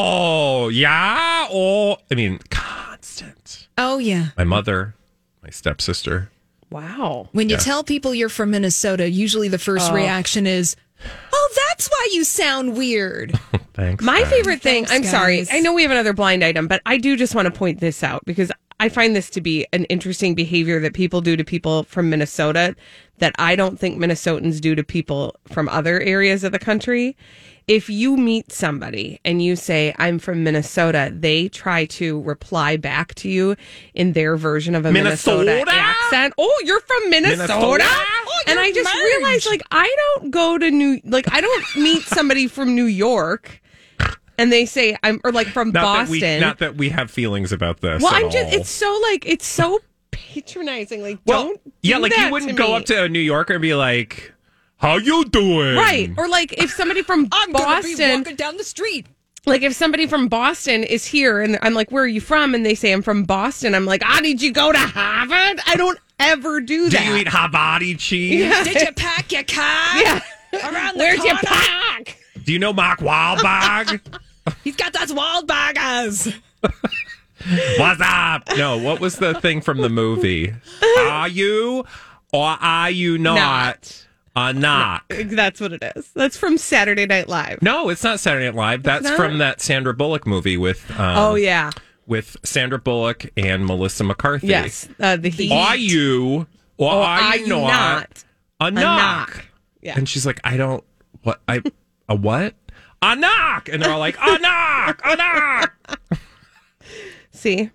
[SPEAKER 4] Oh, yeah. Oh, I mean, constant.
[SPEAKER 5] Oh yeah.
[SPEAKER 4] My mother, my stepsister.
[SPEAKER 6] Wow.
[SPEAKER 5] When you tell people you're from Minnesota, usually the first reaction is, "Oh, that's why you sound weird."
[SPEAKER 4] Thanks.
[SPEAKER 6] My
[SPEAKER 4] guys.
[SPEAKER 6] favorite thing,
[SPEAKER 5] Thanks,
[SPEAKER 6] I'm sorry,
[SPEAKER 5] guys.
[SPEAKER 6] I know we have another blind item, but I do just want to point this out because I find this to be an interesting behavior that people do to people from Minnesota that I don't think Minnesotans do to people from other areas of the country. If you meet somebody and you say, I'm from Minnesota, they try to reply back to you in their version of a Minnesota,
[SPEAKER 4] Minnesota?
[SPEAKER 6] accent. Oh, you're from Minnesota?
[SPEAKER 4] Minnesota?
[SPEAKER 5] Oh,
[SPEAKER 6] and
[SPEAKER 5] you're
[SPEAKER 6] I just
[SPEAKER 5] merged.
[SPEAKER 6] realized, like, I don't go to New, like, I don't meet somebody from New York and they say I'm or like from
[SPEAKER 4] Not that,
[SPEAKER 6] Boston.
[SPEAKER 4] we, not that we have feelings about this.
[SPEAKER 6] well,
[SPEAKER 4] at
[SPEAKER 6] I'm just
[SPEAKER 4] all.
[SPEAKER 6] it's so like it's so patronizing. Like don't
[SPEAKER 4] yeah,
[SPEAKER 6] do
[SPEAKER 4] like
[SPEAKER 6] that
[SPEAKER 4] you wouldn't
[SPEAKER 6] to
[SPEAKER 4] go
[SPEAKER 6] me.
[SPEAKER 4] up to a New Yorker and be like, "How you doing?"
[SPEAKER 6] right or like if somebody from
[SPEAKER 5] [laughs] I'm gonna be
[SPEAKER 6] Boston,
[SPEAKER 5] walking down the street.
[SPEAKER 6] like if somebody from Boston is here and I'm like, where are you from? And they say I'm from Boston. I'm like, ah, did you go to Harvard? I don't ever do
[SPEAKER 4] Do
[SPEAKER 6] that.
[SPEAKER 4] you eat Havadi cheese?
[SPEAKER 5] Did you pack your car?
[SPEAKER 6] [laughs] Yeah.
[SPEAKER 5] Around the
[SPEAKER 6] Where's your
[SPEAKER 5] corner?
[SPEAKER 6] pack?
[SPEAKER 4] Do you know Mark
[SPEAKER 6] [laughs]
[SPEAKER 4] Wahlberg?
[SPEAKER 5] He's got those wild baggers.
[SPEAKER 4] What's up? No, what was the thing from the
[SPEAKER 6] [laughs]
[SPEAKER 4] movie? Are you or are you not, a knock?
[SPEAKER 6] That's what it is. That's from Saturday Night Live.
[SPEAKER 4] No, it's not Saturday Night Live. That's
[SPEAKER 6] not?
[SPEAKER 4] from that Sandra Bullock movie with um,
[SPEAKER 6] oh yeah,
[SPEAKER 4] with Sandra Bullock and Melissa McCarthy.
[SPEAKER 6] yes. Uh, the heat.
[SPEAKER 4] Are you or,
[SPEAKER 6] Or
[SPEAKER 4] are, you not, a knock?
[SPEAKER 6] knock? Yeah.
[SPEAKER 4] And she's like, I don't what I a what? A knock, and they're all like,
[SPEAKER 6] [laughs]
[SPEAKER 4] a knock, a knock.
[SPEAKER 6] See.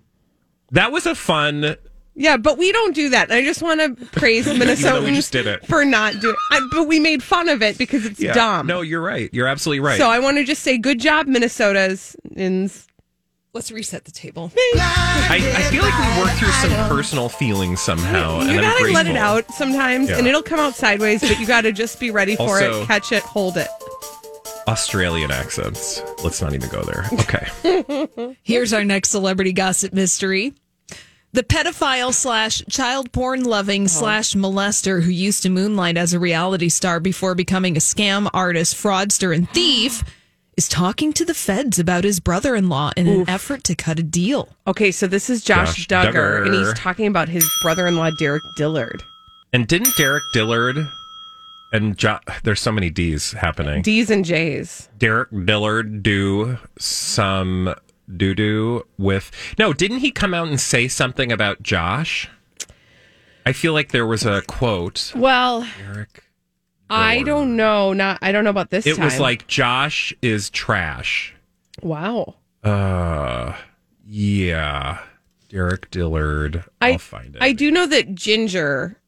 [SPEAKER 4] That was a fun.
[SPEAKER 6] Yeah, but we don't do that. I just want to
[SPEAKER 4] [laughs]
[SPEAKER 6] praise
[SPEAKER 4] though we
[SPEAKER 6] Minnesotans
[SPEAKER 4] just did it.
[SPEAKER 6] for not doing. I, but we made fun of it because it's
[SPEAKER 4] Yeah.
[SPEAKER 6] dumb.
[SPEAKER 4] No, you're right. You're absolutely right.
[SPEAKER 6] So I want to just say, good job, Minnesotas. In
[SPEAKER 5] Let's reset the table.
[SPEAKER 4] I, I feel like we worked through some personal feelings somehow. and
[SPEAKER 6] you
[SPEAKER 4] I'm
[SPEAKER 6] gotta let it
[SPEAKER 4] grateful.
[SPEAKER 6] out sometimes, and
[SPEAKER 4] Yeah.
[SPEAKER 6] it'll come out sideways. But you gotta just be ready for
[SPEAKER 4] Also-
[SPEAKER 6] it, catch it, hold it.
[SPEAKER 4] Australian accents. Let's not even go there. Okay. [laughs]
[SPEAKER 5] Here's our next celebrity gossip mystery. The pedophile slash child porn loving slash molester who used to moonlight as a reality star before becoming a scam artist, fraudster, and thief is talking to the feds about his brother in law in an effort to cut a deal.
[SPEAKER 6] Okay, so this is
[SPEAKER 4] Josh
[SPEAKER 6] Josh, Duggar, and he's
[SPEAKER 4] Duggar.
[SPEAKER 6] talking about his brother-in-law Derek Dillard.
[SPEAKER 4] And didn't Derek Dillard and jo- there's so many D's happening.
[SPEAKER 6] D's and J's.
[SPEAKER 4] Derek Dillard do some doo doo with no? Didn't he come out and say something about Josh? I feel like there was a quote.
[SPEAKER 6] Well,
[SPEAKER 4] Derek.
[SPEAKER 6] I don't know. Not I don't know about this.
[SPEAKER 4] It was
[SPEAKER 6] time.
[SPEAKER 4] like Josh is trash.
[SPEAKER 6] wow.
[SPEAKER 4] Uh, yeah. Derek Dillard. I'll
[SPEAKER 6] I-
[SPEAKER 4] find it.
[SPEAKER 6] I do know that Ginger,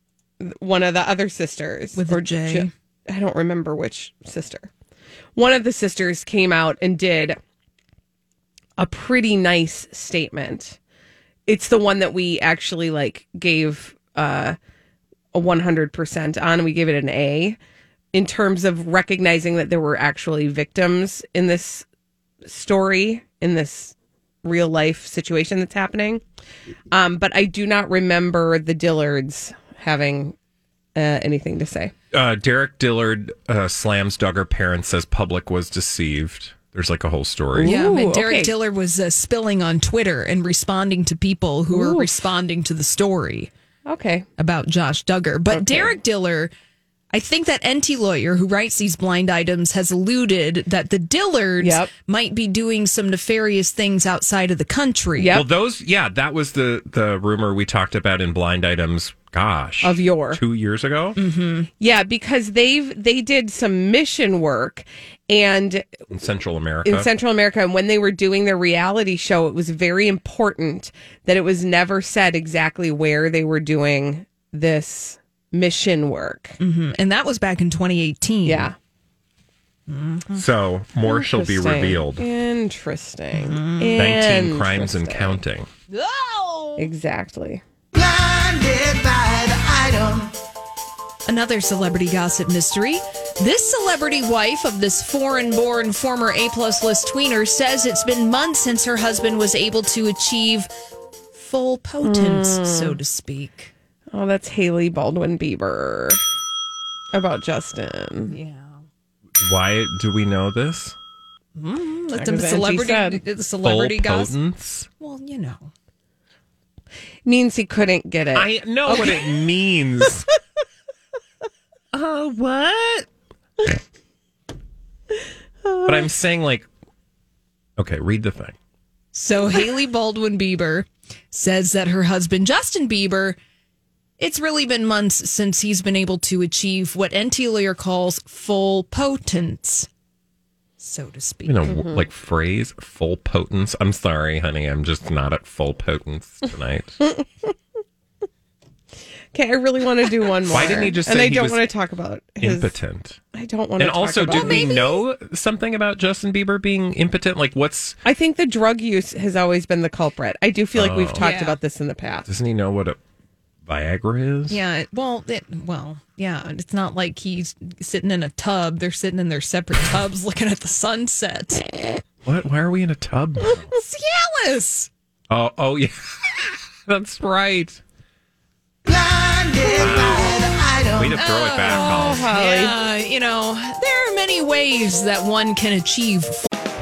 [SPEAKER 6] one of the other sisters,
[SPEAKER 5] With a J.
[SPEAKER 6] Gi- I don't remember which sister. One of the sisters came out and did a pretty nice statement. It's the one that we actually like gave uh, a one hundred percent on. We gave it an A in terms of recognizing that there were actually victims in this story in this real life situation that's happening. Um, but I do not remember the Dillards having uh, anything to say.
[SPEAKER 4] uh, Derek Dillard uh, slams Duggar parents says public was deceived. There's like a whole story.
[SPEAKER 5] Yeah,
[SPEAKER 6] Ooh,
[SPEAKER 5] and Derek
[SPEAKER 6] okay.
[SPEAKER 5] Diller was uh, spilling on Twitter and responding to people who were responding to the story.
[SPEAKER 6] Okay.
[SPEAKER 5] about Josh Duggar. But Derek Diller, I think that NT lawyer who writes these blind items has alluded that the Dillards
[SPEAKER 6] Yep.
[SPEAKER 5] might be doing some nefarious things outside of the country.
[SPEAKER 6] Yep.
[SPEAKER 4] Well, those yeah, that was the the rumor we talked about in blind items gosh,
[SPEAKER 6] Of yore. Mm-hmm.
[SPEAKER 4] two years ago.
[SPEAKER 6] Yeah, because they've they did some mission work and
[SPEAKER 4] in Central America.
[SPEAKER 6] in Central America and when they were doing their reality show it was very important that it was never said exactly where they were doing this mission work.
[SPEAKER 4] Mm-hmm.
[SPEAKER 5] Mm-hmm. And that was back in 2018.
[SPEAKER 6] Yeah.
[SPEAKER 4] so more shall be
[SPEAKER 6] Interesting.
[SPEAKER 4] revealed.
[SPEAKER 6] Interesting.
[SPEAKER 4] 19 crimes and
[SPEAKER 6] Interesting.
[SPEAKER 4] counting.
[SPEAKER 6] Exactly.
[SPEAKER 5] Another celebrity gossip mystery. This celebrity wife of this foreign born former A plus list tweener says it's been months since her husband was able to achieve full potence, so to speak.
[SPEAKER 6] Oh, that's Haley Baldwin Bieber about Justin.
[SPEAKER 4] Why do we know this?
[SPEAKER 5] Let
[SPEAKER 6] them-
[SPEAKER 5] them
[SPEAKER 6] was Angie
[SPEAKER 5] celebrity,
[SPEAKER 6] said.
[SPEAKER 5] celebrity
[SPEAKER 4] Full
[SPEAKER 5] gossip.
[SPEAKER 4] potence?
[SPEAKER 5] Well, you know.
[SPEAKER 6] Nancy couldn't get it.
[SPEAKER 4] I know what it
[SPEAKER 6] [laughs]
[SPEAKER 4] means. Uh,
[SPEAKER 6] oh, [laughs] what?
[SPEAKER 4] but I'm saying, like, okay, read the thing.
[SPEAKER 5] So Haley Baldwin Bieber says that her husband Justin Bieber, it's really been months since he's been able to achieve what NT Lawyer calls full potence, so to speak.
[SPEAKER 4] You know,
[SPEAKER 6] Mm-hmm.
[SPEAKER 4] w like phrase full potence. I'm sorry, honey. I'm just not at full
[SPEAKER 6] [laughs]
[SPEAKER 4] potence tonight.
[SPEAKER 6] Okay, I really want to do one
[SPEAKER 4] [laughs]
[SPEAKER 6] more.
[SPEAKER 4] Why didn't he just
[SPEAKER 6] And
[SPEAKER 4] say
[SPEAKER 6] I
[SPEAKER 4] he
[SPEAKER 6] don't
[SPEAKER 4] was
[SPEAKER 6] want to talk about his.
[SPEAKER 4] Impotent.
[SPEAKER 6] I don't want to.
[SPEAKER 4] And also,
[SPEAKER 6] talk
[SPEAKER 4] did
[SPEAKER 6] about
[SPEAKER 4] we know something about Justin Bieber being impotent? Like, what's
[SPEAKER 6] I think the drug use has always been the culprit. I do feel like
[SPEAKER 4] Oh.
[SPEAKER 6] we've talked
[SPEAKER 5] Yeah.
[SPEAKER 6] about this in the past.
[SPEAKER 4] doesn't he know what a Viagra is?
[SPEAKER 5] Yeah, it- well, it, well, yeah. It's not like he's sitting in a tub. They're sitting in their separate tubs [laughs] looking at the sunset.
[SPEAKER 4] What? Why are we in a tub?
[SPEAKER 6] [laughs]
[SPEAKER 4] now?
[SPEAKER 5] Cialis.
[SPEAKER 4] oh, oh yeah, [laughs] that's right. Wow. Way to throw it back, Holly.
[SPEAKER 6] Oh.
[SPEAKER 5] Yeah, you know, there are many ways that one can achieve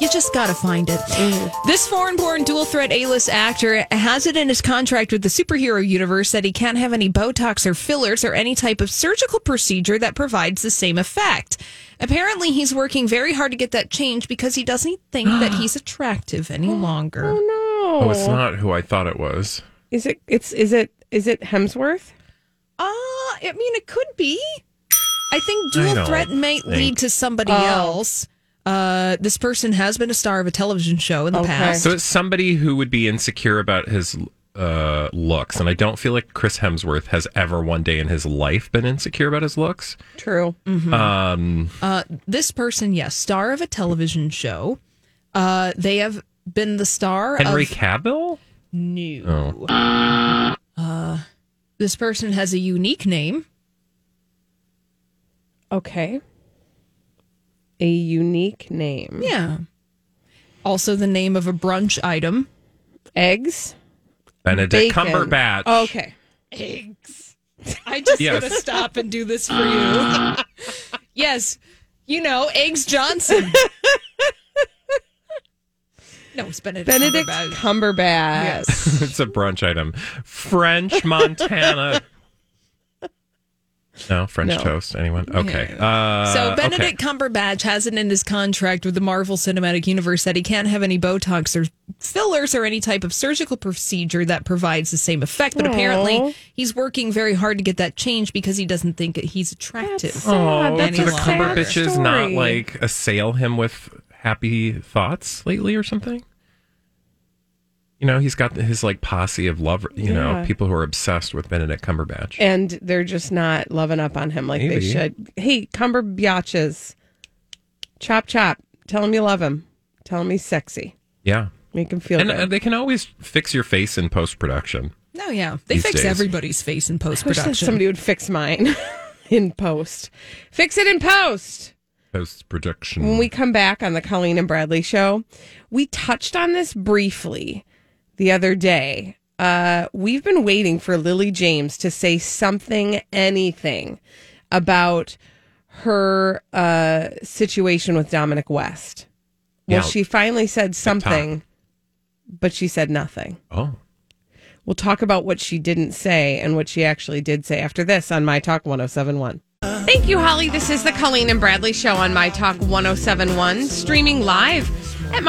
[SPEAKER 5] You just gotta find it. This foreign born dual threat A list actor has it in his contract with the superhero universe that he can't have any Botox or fillers or any type of surgical procedure that provides the same effect. Apparently, he's working very hard to get that change because he doesn't think that he's attractive any longer.
[SPEAKER 4] Oh, it's not who I thought it was.
[SPEAKER 6] Is it? It's. Is it? Is it Hemsworth?
[SPEAKER 5] Ah, I mean, it could be. I think
[SPEAKER 4] I
[SPEAKER 5] dual
[SPEAKER 4] don't
[SPEAKER 5] threat might
[SPEAKER 4] think-
[SPEAKER 5] lead to somebody
[SPEAKER 6] Oh.
[SPEAKER 5] else. Uh, this person has been a star of a television show in the
[SPEAKER 6] Okay.
[SPEAKER 5] past.
[SPEAKER 4] So it's somebody who would be insecure about his uh, looks, and I don't feel like Chris Hemsworth has ever one day in his life been insecure about his looks.
[SPEAKER 6] True.
[SPEAKER 4] Um,
[SPEAKER 5] Uh, this person, yes, star of a television show. Uh, they have been the star
[SPEAKER 4] Henry
[SPEAKER 5] of
[SPEAKER 4] Cavill.
[SPEAKER 5] new.
[SPEAKER 4] Oh.
[SPEAKER 5] Uh, this person has a unique name.
[SPEAKER 6] Okay. A unique name.
[SPEAKER 5] Yeah. Also, the name of a brunch item.
[SPEAKER 6] Eggs.
[SPEAKER 4] Benedict
[SPEAKER 6] bacon.
[SPEAKER 4] Cumberbatch.
[SPEAKER 5] Oh.
[SPEAKER 6] Okay.
[SPEAKER 5] I just
[SPEAKER 4] Yes.
[SPEAKER 5] gotta stop and do this for you.
[SPEAKER 4] [laughs]
[SPEAKER 5] yes, you know Eggs Johnson.
[SPEAKER 4] [laughs]
[SPEAKER 5] no, it's Benedict.
[SPEAKER 6] Benedict
[SPEAKER 5] Cumberbatch.
[SPEAKER 6] Cumberbatch.
[SPEAKER 5] Yes.
[SPEAKER 4] [laughs] it's a brunch item.
[SPEAKER 5] [laughs]
[SPEAKER 4] French Montana. no, French
[SPEAKER 6] No.
[SPEAKER 4] toast. Anyone? Okay. Uh,
[SPEAKER 5] So
[SPEAKER 4] okay.
[SPEAKER 5] Benedict Cumberbatch has it in his contract with the Marvel Cinematic Universe that he can't have any Botox or fillers or any type of surgical procedure that provides the same effect. But apparently, he's working very hard to get that change because he doesn't think that he's attractive.
[SPEAKER 6] That's-
[SPEAKER 4] Oh,
[SPEAKER 6] that's
[SPEAKER 4] do
[SPEAKER 5] a
[SPEAKER 4] the
[SPEAKER 5] sad
[SPEAKER 4] Cumberbitches not
[SPEAKER 6] story.
[SPEAKER 4] like assail him with happy thoughts lately or something? You know, he's got his like posse of love, you know,
[SPEAKER 6] Yeah.
[SPEAKER 4] people who are obsessed with Benedict Cumberbatch.
[SPEAKER 6] and they're just not loving up on him like
[SPEAKER 4] Maybe.
[SPEAKER 6] they should. Hey, Cumberbatches, chop chop, tell him you love him, tell him he's sexy,
[SPEAKER 4] Yeah.
[SPEAKER 6] make him feel
[SPEAKER 4] and
[SPEAKER 6] good.
[SPEAKER 4] uh, they can always fix your face in post production.
[SPEAKER 5] No, yeah. They
[SPEAKER 4] These
[SPEAKER 5] fix
[SPEAKER 4] days.
[SPEAKER 5] everybody's face in post
[SPEAKER 6] wish that
[SPEAKER 5] production.
[SPEAKER 6] somebody would fix mine [laughs] in post. Fix it in post.
[SPEAKER 4] Post production.
[SPEAKER 6] When we come back on the Colleen and Bradley show, we touched on this briefly the other day. Uh, we've been waiting for Lily James to say something, anything about her uh, situation with Dominic West. Well,
[SPEAKER 4] Yeah.
[SPEAKER 6] she finally said something, but she said nothing.
[SPEAKER 4] Oh.
[SPEAKER 6] We'll talk about what she didn't say and what she actually did say after this on My Talk 1071. Thank you, Holly. This is the Colleen and Bradley Show on My Talk 1071, streaming live at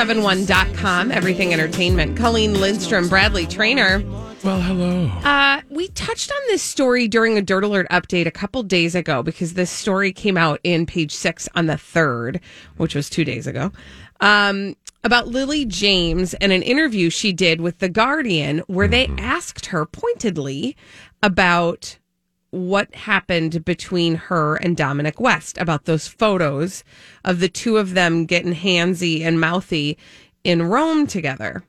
[SPEAKER 6] MyTalk1071.com, everything entertainment. Colleen Lindstrom, Bradley Trainer.
[SPEAKER 4] Well, hello.
[SPEAKER 6] Uh, we touched on this story during a Dirt Alert update a couple days ago because this story came out in page six on the 3rd, which was two days ago, um, about Lily James and an interview she did with The Guardian where they asked her pointedly about what happened between her and Dominic West about those photos of the two of them getting handsy and mouthy in Rome together.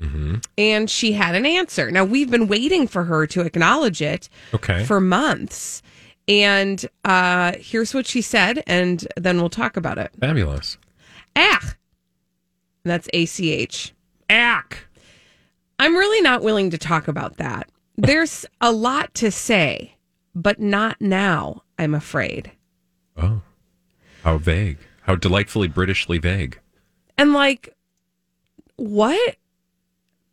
[SPEAKER 6] And she had an answer. Now, we've been waiting for her to acknowledge it
[SPEAKER 4] Okay.
[SPEAKER 6] for months. And uh, here's what she said, and then we'll talk about it.
[SPEAKER 4] Fabulous.
[SPEAKER 6] Ach. And That's ACH. Ach. I'm really not willing to talk about that. There's a lot to say, but not now, I'm afraid.
[SPEAKER 4] Oh. How vague. How delightfully Britishly vague.
[SPEAKER 6] And like, what?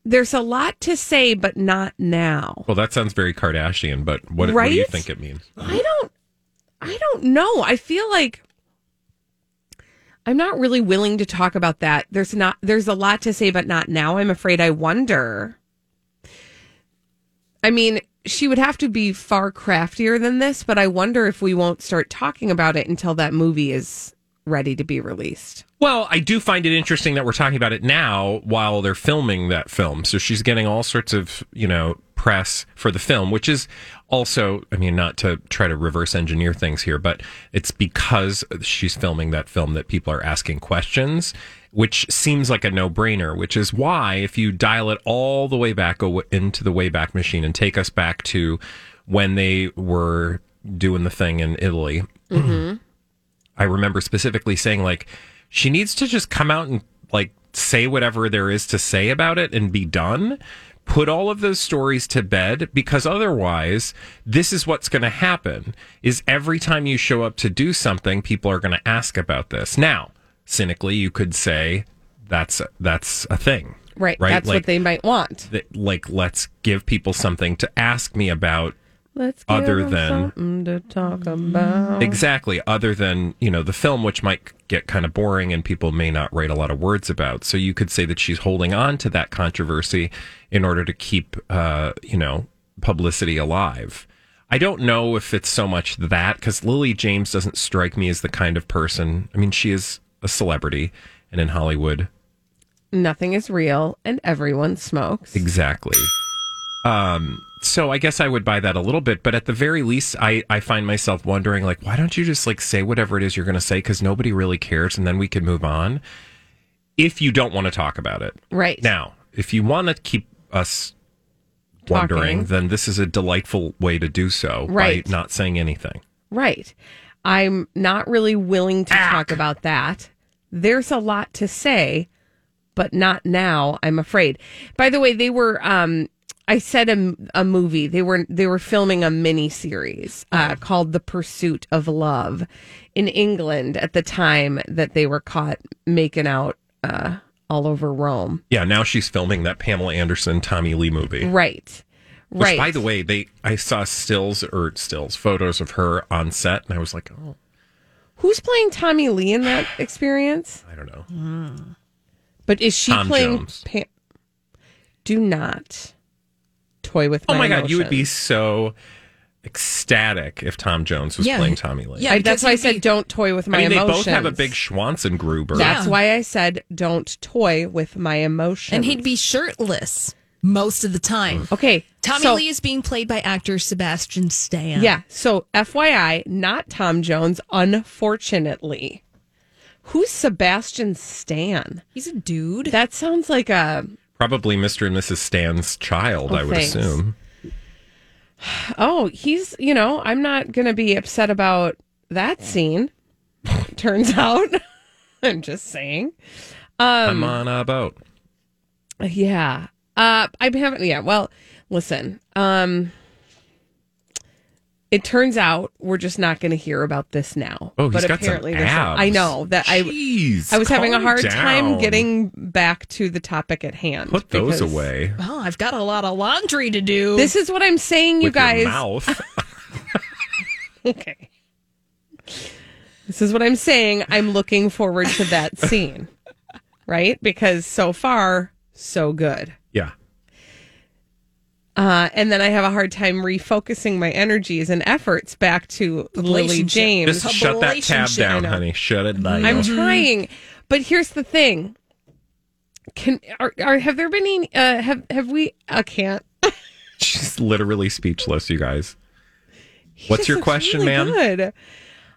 [SPEAKER 6] There's a lot to say, but not now.
[SPEAKER 4] Well, that sounds very Kardashian, but what, what do you
[SPEAKER 6] Right?
[SPEAKER 4] think it means?
[SPEAKER 6] I don't I don't know. I feel like I'm not really willing to talk about that. There's not there's a lot to say but not now. I'm afraid I wonder. I mean, she would have to be far craftier than this, but I wonder if we won't start talking about it until that movie is ready to be released.
[SPEAKER 4] Well, I do find it interesting that we're talking about it now while they're filming that film. So she's getting all sorts of, you know, press for the film, which is also, I mean, not to try to reverse engineer things here, but it's because she's filming that film that people are asking questions, which seems like a no brainer, which is why if you dial it all the way back aw- into the Wayback Machine and take us back to when they were doing the thing in Italy. I remember specifically saying like she needs to just come out and like say whatever there is to say about it and be done. Put all of those stories to bed because otherwise this is what's going to happen is every time you show up to do something people are going to ask about this. Now, cynically you could say that's that's a thing.
[SPEAKER 6] Right.
[SPEAKER 4] Right,
[SPEAKER 6] That's
[SPEAKER 4] like-
[SPEAKER 6] what they might want.
[SPEAKER 4] That, like let's give people something to ask me about
[SPEAKER 6] Let's give
[SPEAKER 4] Other
[SPEAKER 6] them
[SPEAKER 4] than-
[SPEAKER 6] something to talk about.
[SPEAKER 4] Exactly. Other than, you know, the film, which might get kind of boring and people may not write a lot of words about. So you could say that she's holding on to that controversy in order to keep, uh, you know, publicity alive. I don't know if it's so much that because Lily James doesn't strike me as the kind of person. I mean, she is a celebrity and in Hollywood.
[SPEAKER 6] Nothing is real and everyone smokes.
[SPEAKER 4] Exactly. Um, so I guess I would buy that a little bit, but at the very least, I, I find myself wondering, like, why don't you just like say whatever it is you're going to say? Cause nobody really cares. And then we can move on if you don't want to talk about it
[SPEAKER 6] Right.
[SPEAKER 4] now. If you want to keep us wondering,
[SPEAKER 6] Talking.
[SPEAKER 4] then this is a delightful way to do so
[SPEAKER 6] Right.
[SPEAKER 4] by not saying anything.
[SPEAKER 6] Right. I'm not really willing to talk about that. There's a lot to say, but not now, I'm afraid. By the way, they were um I said a, a movie. They were they were filming a mini series uh, called The Pursuit of Love in England at the time that they were caught making out uh, all over Rome.
[SPEAKER 4] Yeah. Now she's filming that Pamela Anderson, Tommy Lee movie.
[SPEAKER 6] Right.
[SPEAKER 4] Which,
[SPEAKER 6] Right.
[SPEAKER 4] by the way, they I saw stills or stills photos of her on set, and I was like, oh,
[SPEAKER 6] Who's playing Tommy Lee in that experience?
[SPEAKER 4] I don't know.
[SPEAKER 6] But is she
[SPEAKER 4] Tom
[SPEAKER 6] playing?
[SPEAKER 4] Jones.
[SPEAKER 6] Pam- Do not toy with.
[SPEAKER 4] Oh my
[SPEAKER 6] my
[SPEAKER 4] Oh god, you would be
[SPEAKER 6] emotions.
[SPEAKER 4] so ecstatic if Tom Jones was
[SPEAKER 6] Yeah.
[SPEAKER 4] playing Tommy Lee.
[SPEAKER 6] Yeah, that's why I said don't toy with
[SPEAKER 4] I
[SPEAKER 6] my
[SPEAKER 4] mean,
[SPEAKER 6] emotions.
[SPEAKER 4] they both have a big Schwanzengruber.
[SPEAKER 6] That's why I said don't toy with my emotions.
[SPEAKER 5] And he'd be shirtless most of the time.
[SPEAKER 6] Okay.
[SPEAKER 5] Tommy
[SPEAKER 6] so-
[SPEAKER 5] Lee is being played by actor Sebastian Stan.
[SPEAKER 6] Yeah. So, FYI, not Tom Jones, unfortunately. Who's Sebastian Stan?
[SPEAKER 5] He's a dude.
[SPEAKER 6] That sounds like a.
[SPEAKER 4] Probably Mr. and Mrs. Stan's child,
[SPEAKER 6] Oh,
[SPEAKER 4] I would
[SPEAKER 6] thanks.
[SPEAKER 4] assume.
[SPEAKER 6] Oh, he's, you know, I'm not going to be upset about that scene. [laughs] Turns out. [laughs] I'm just saying.
[SPEAKER 4] I'm
[SPEAKER 6] Um,
[SPEAKER 4] on a boat.
[SPEAKER 6] Yeah. Uh I'm having yeah, well, listen. Um it turns out we're just not going to hear about this now.
[SPEAKER 4] Oh, he's got some
[SPEAKER 6] there's I
[SPEAKER 4] abs.
[SPEAKER 6] know that I
[SPEAKER 4] Jeez,
[SPEAKER 6] I was having a
[SPEAKER 4] calm
[SPEAKER 6] hard time
[SPEAKER 4] down.
[SPEAKER 6] getting back to the topic at hand.
[SPEAKER 4] Put those
[SPEAKER 6] because-
[SPEAKER 4] away.
[SPEAKER 5] Well, Oh, I've got a lot of laundry to do.
[SPEAKER 6] This is what I'm saying, you
[SPEAKER 4] With your
[SPEAKER 6] guys. [laughs]
[SPEAKER 4] mouth.
[SPEAKER 6] okay. This is what I'm saying. I'm looking forward to that scene. right? Because so far, so good.
[SPEAKER 4] Yeah.
[SPEAKER 6] Uh, and then I have a hard time refocusing my energies and efforts back to Lily
[SPEAKER 4] Relationship.
[SPEAKER 6] James.
[SPEAKER 4] Just shut that tab down, honey. Shut it down.
[SPEAKER 6] I'm trying, but here's the thing: can are, are have there been any? Uh, have have we? I can't.
[SPEAKER 4] She's literally speechless, you guys. What's
[SPEAKER 6] This
[SPEAKER 4] your
[SPEAKER 6] looks
[SPEAKER 4] question,
[SPEAKER 6] really
[SPEAKER 4] ma'am?
[SPEAKER 6] Good.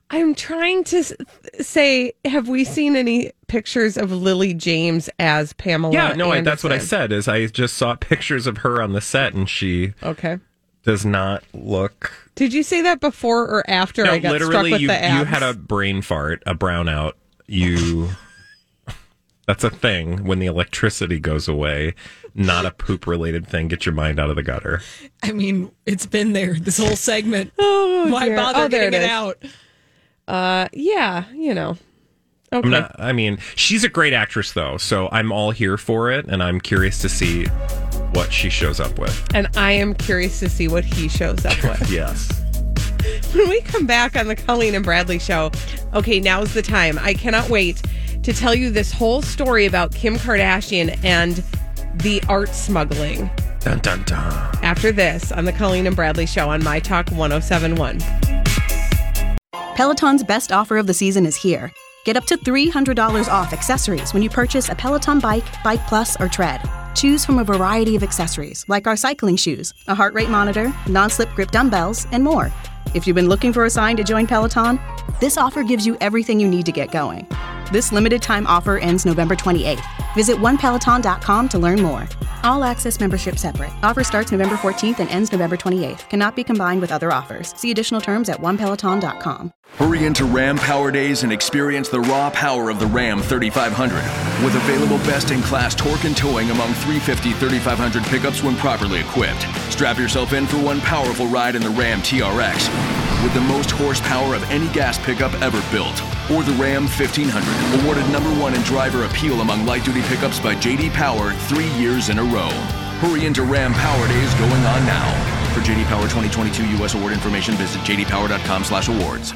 [SPEAKER 6] I'm trying to s- say, have we seen any pictures of Lily James as Pamela?
[SPEAKER 4] Yeah, no, I, that's what I
[SPEAKER 6] Anderson?
[SPEAKER 4] said. Is I just saw pictures of her on the set, and she
[SPEAKER 6] Okay.
[SPEAKER 4] does not look.
[SPEAKER 6] Did you say that before or after
[SPEAKER 4] no,
[SPEAKER 6] I got struck
[SPEAKER 4] literally,
[SPEAKER 6] with
[SPEAKER 4] you
[SPEAKER 6] the abs?
[SPEAKER 4] you had a brain fart, a brownout. You. That's a thing when the electricity goes away, not a poop related thing. Get your mind out of the gutter.
[SPEAKER 5] I mean, it's been there this whole segment.
[SPEAKER 6] Oh,
[SPEAKER 5] Why
[SPEAKER 6] dear.
[SPEAKER 5] bother
[SPEAKER 6] Oh, there
[SPEAKER 5] getting
[SPEAKER 6] it
[SPEAKER 5] it,
[SPEAKER 6] is.
[SPEAKER 5] out?
[SPEAKER 6] Uh, yeah, you know. Okay.
[SPEAKER 4] I'm not, I mean, she's a great actress, though, so I'm all here for it, and I'm curious to see what she shows up with.
[SPEAKER 6] and I am curious to see what he shows up [laughs] with.
[SPEAKER 4] Yes.
[SPEAKER 6] when we come back on the Colleen and Bradley show, okay, now's the time. I cannot wait to tell you this whole story about Kim Kardashian and the art smuggling
[SPEAKER 4] Dun dun dun.
[SPEAKER 6] after this on the Colleen and Bradley show on My Talk 1071.
[SPEAKER 9] Peloton's best offer of the season is here. Get up to $300 off accessories when you purchase a Peloton bike, Bike Plus, or Tread. Choose from a variety of accessories like our cycling shoes, a heart rate monitor, non slip grip dumbbells, and more. If you've been looking for a sign to join Peloton, this offer gives you everything you need to get going. This limited time offer ends November 28th. Visit onepeloton.com to learn more. All access membership separate. Offer starts November 14th and ends November 28th. Cannot be combined with other offers. See additional terms at onepeloton.com.
[SPEAKER 7] Hurry into Ram Power Days and experience the raw power of the Ram 3500 with available best-in-class torque and towing among 350 3500 pickups when properly equipped. Strap yourself in for one powerful ride in the Ram TRX with the most horsepower of any gas pickup ever built or the Ram 1500 awarded number 1 in driver appeal among light-duty pickups by JD Power 3 years in a row. Hurry into Ram Power Days going on now. For JD Power 2022 US award information visit jdpower.com/awards.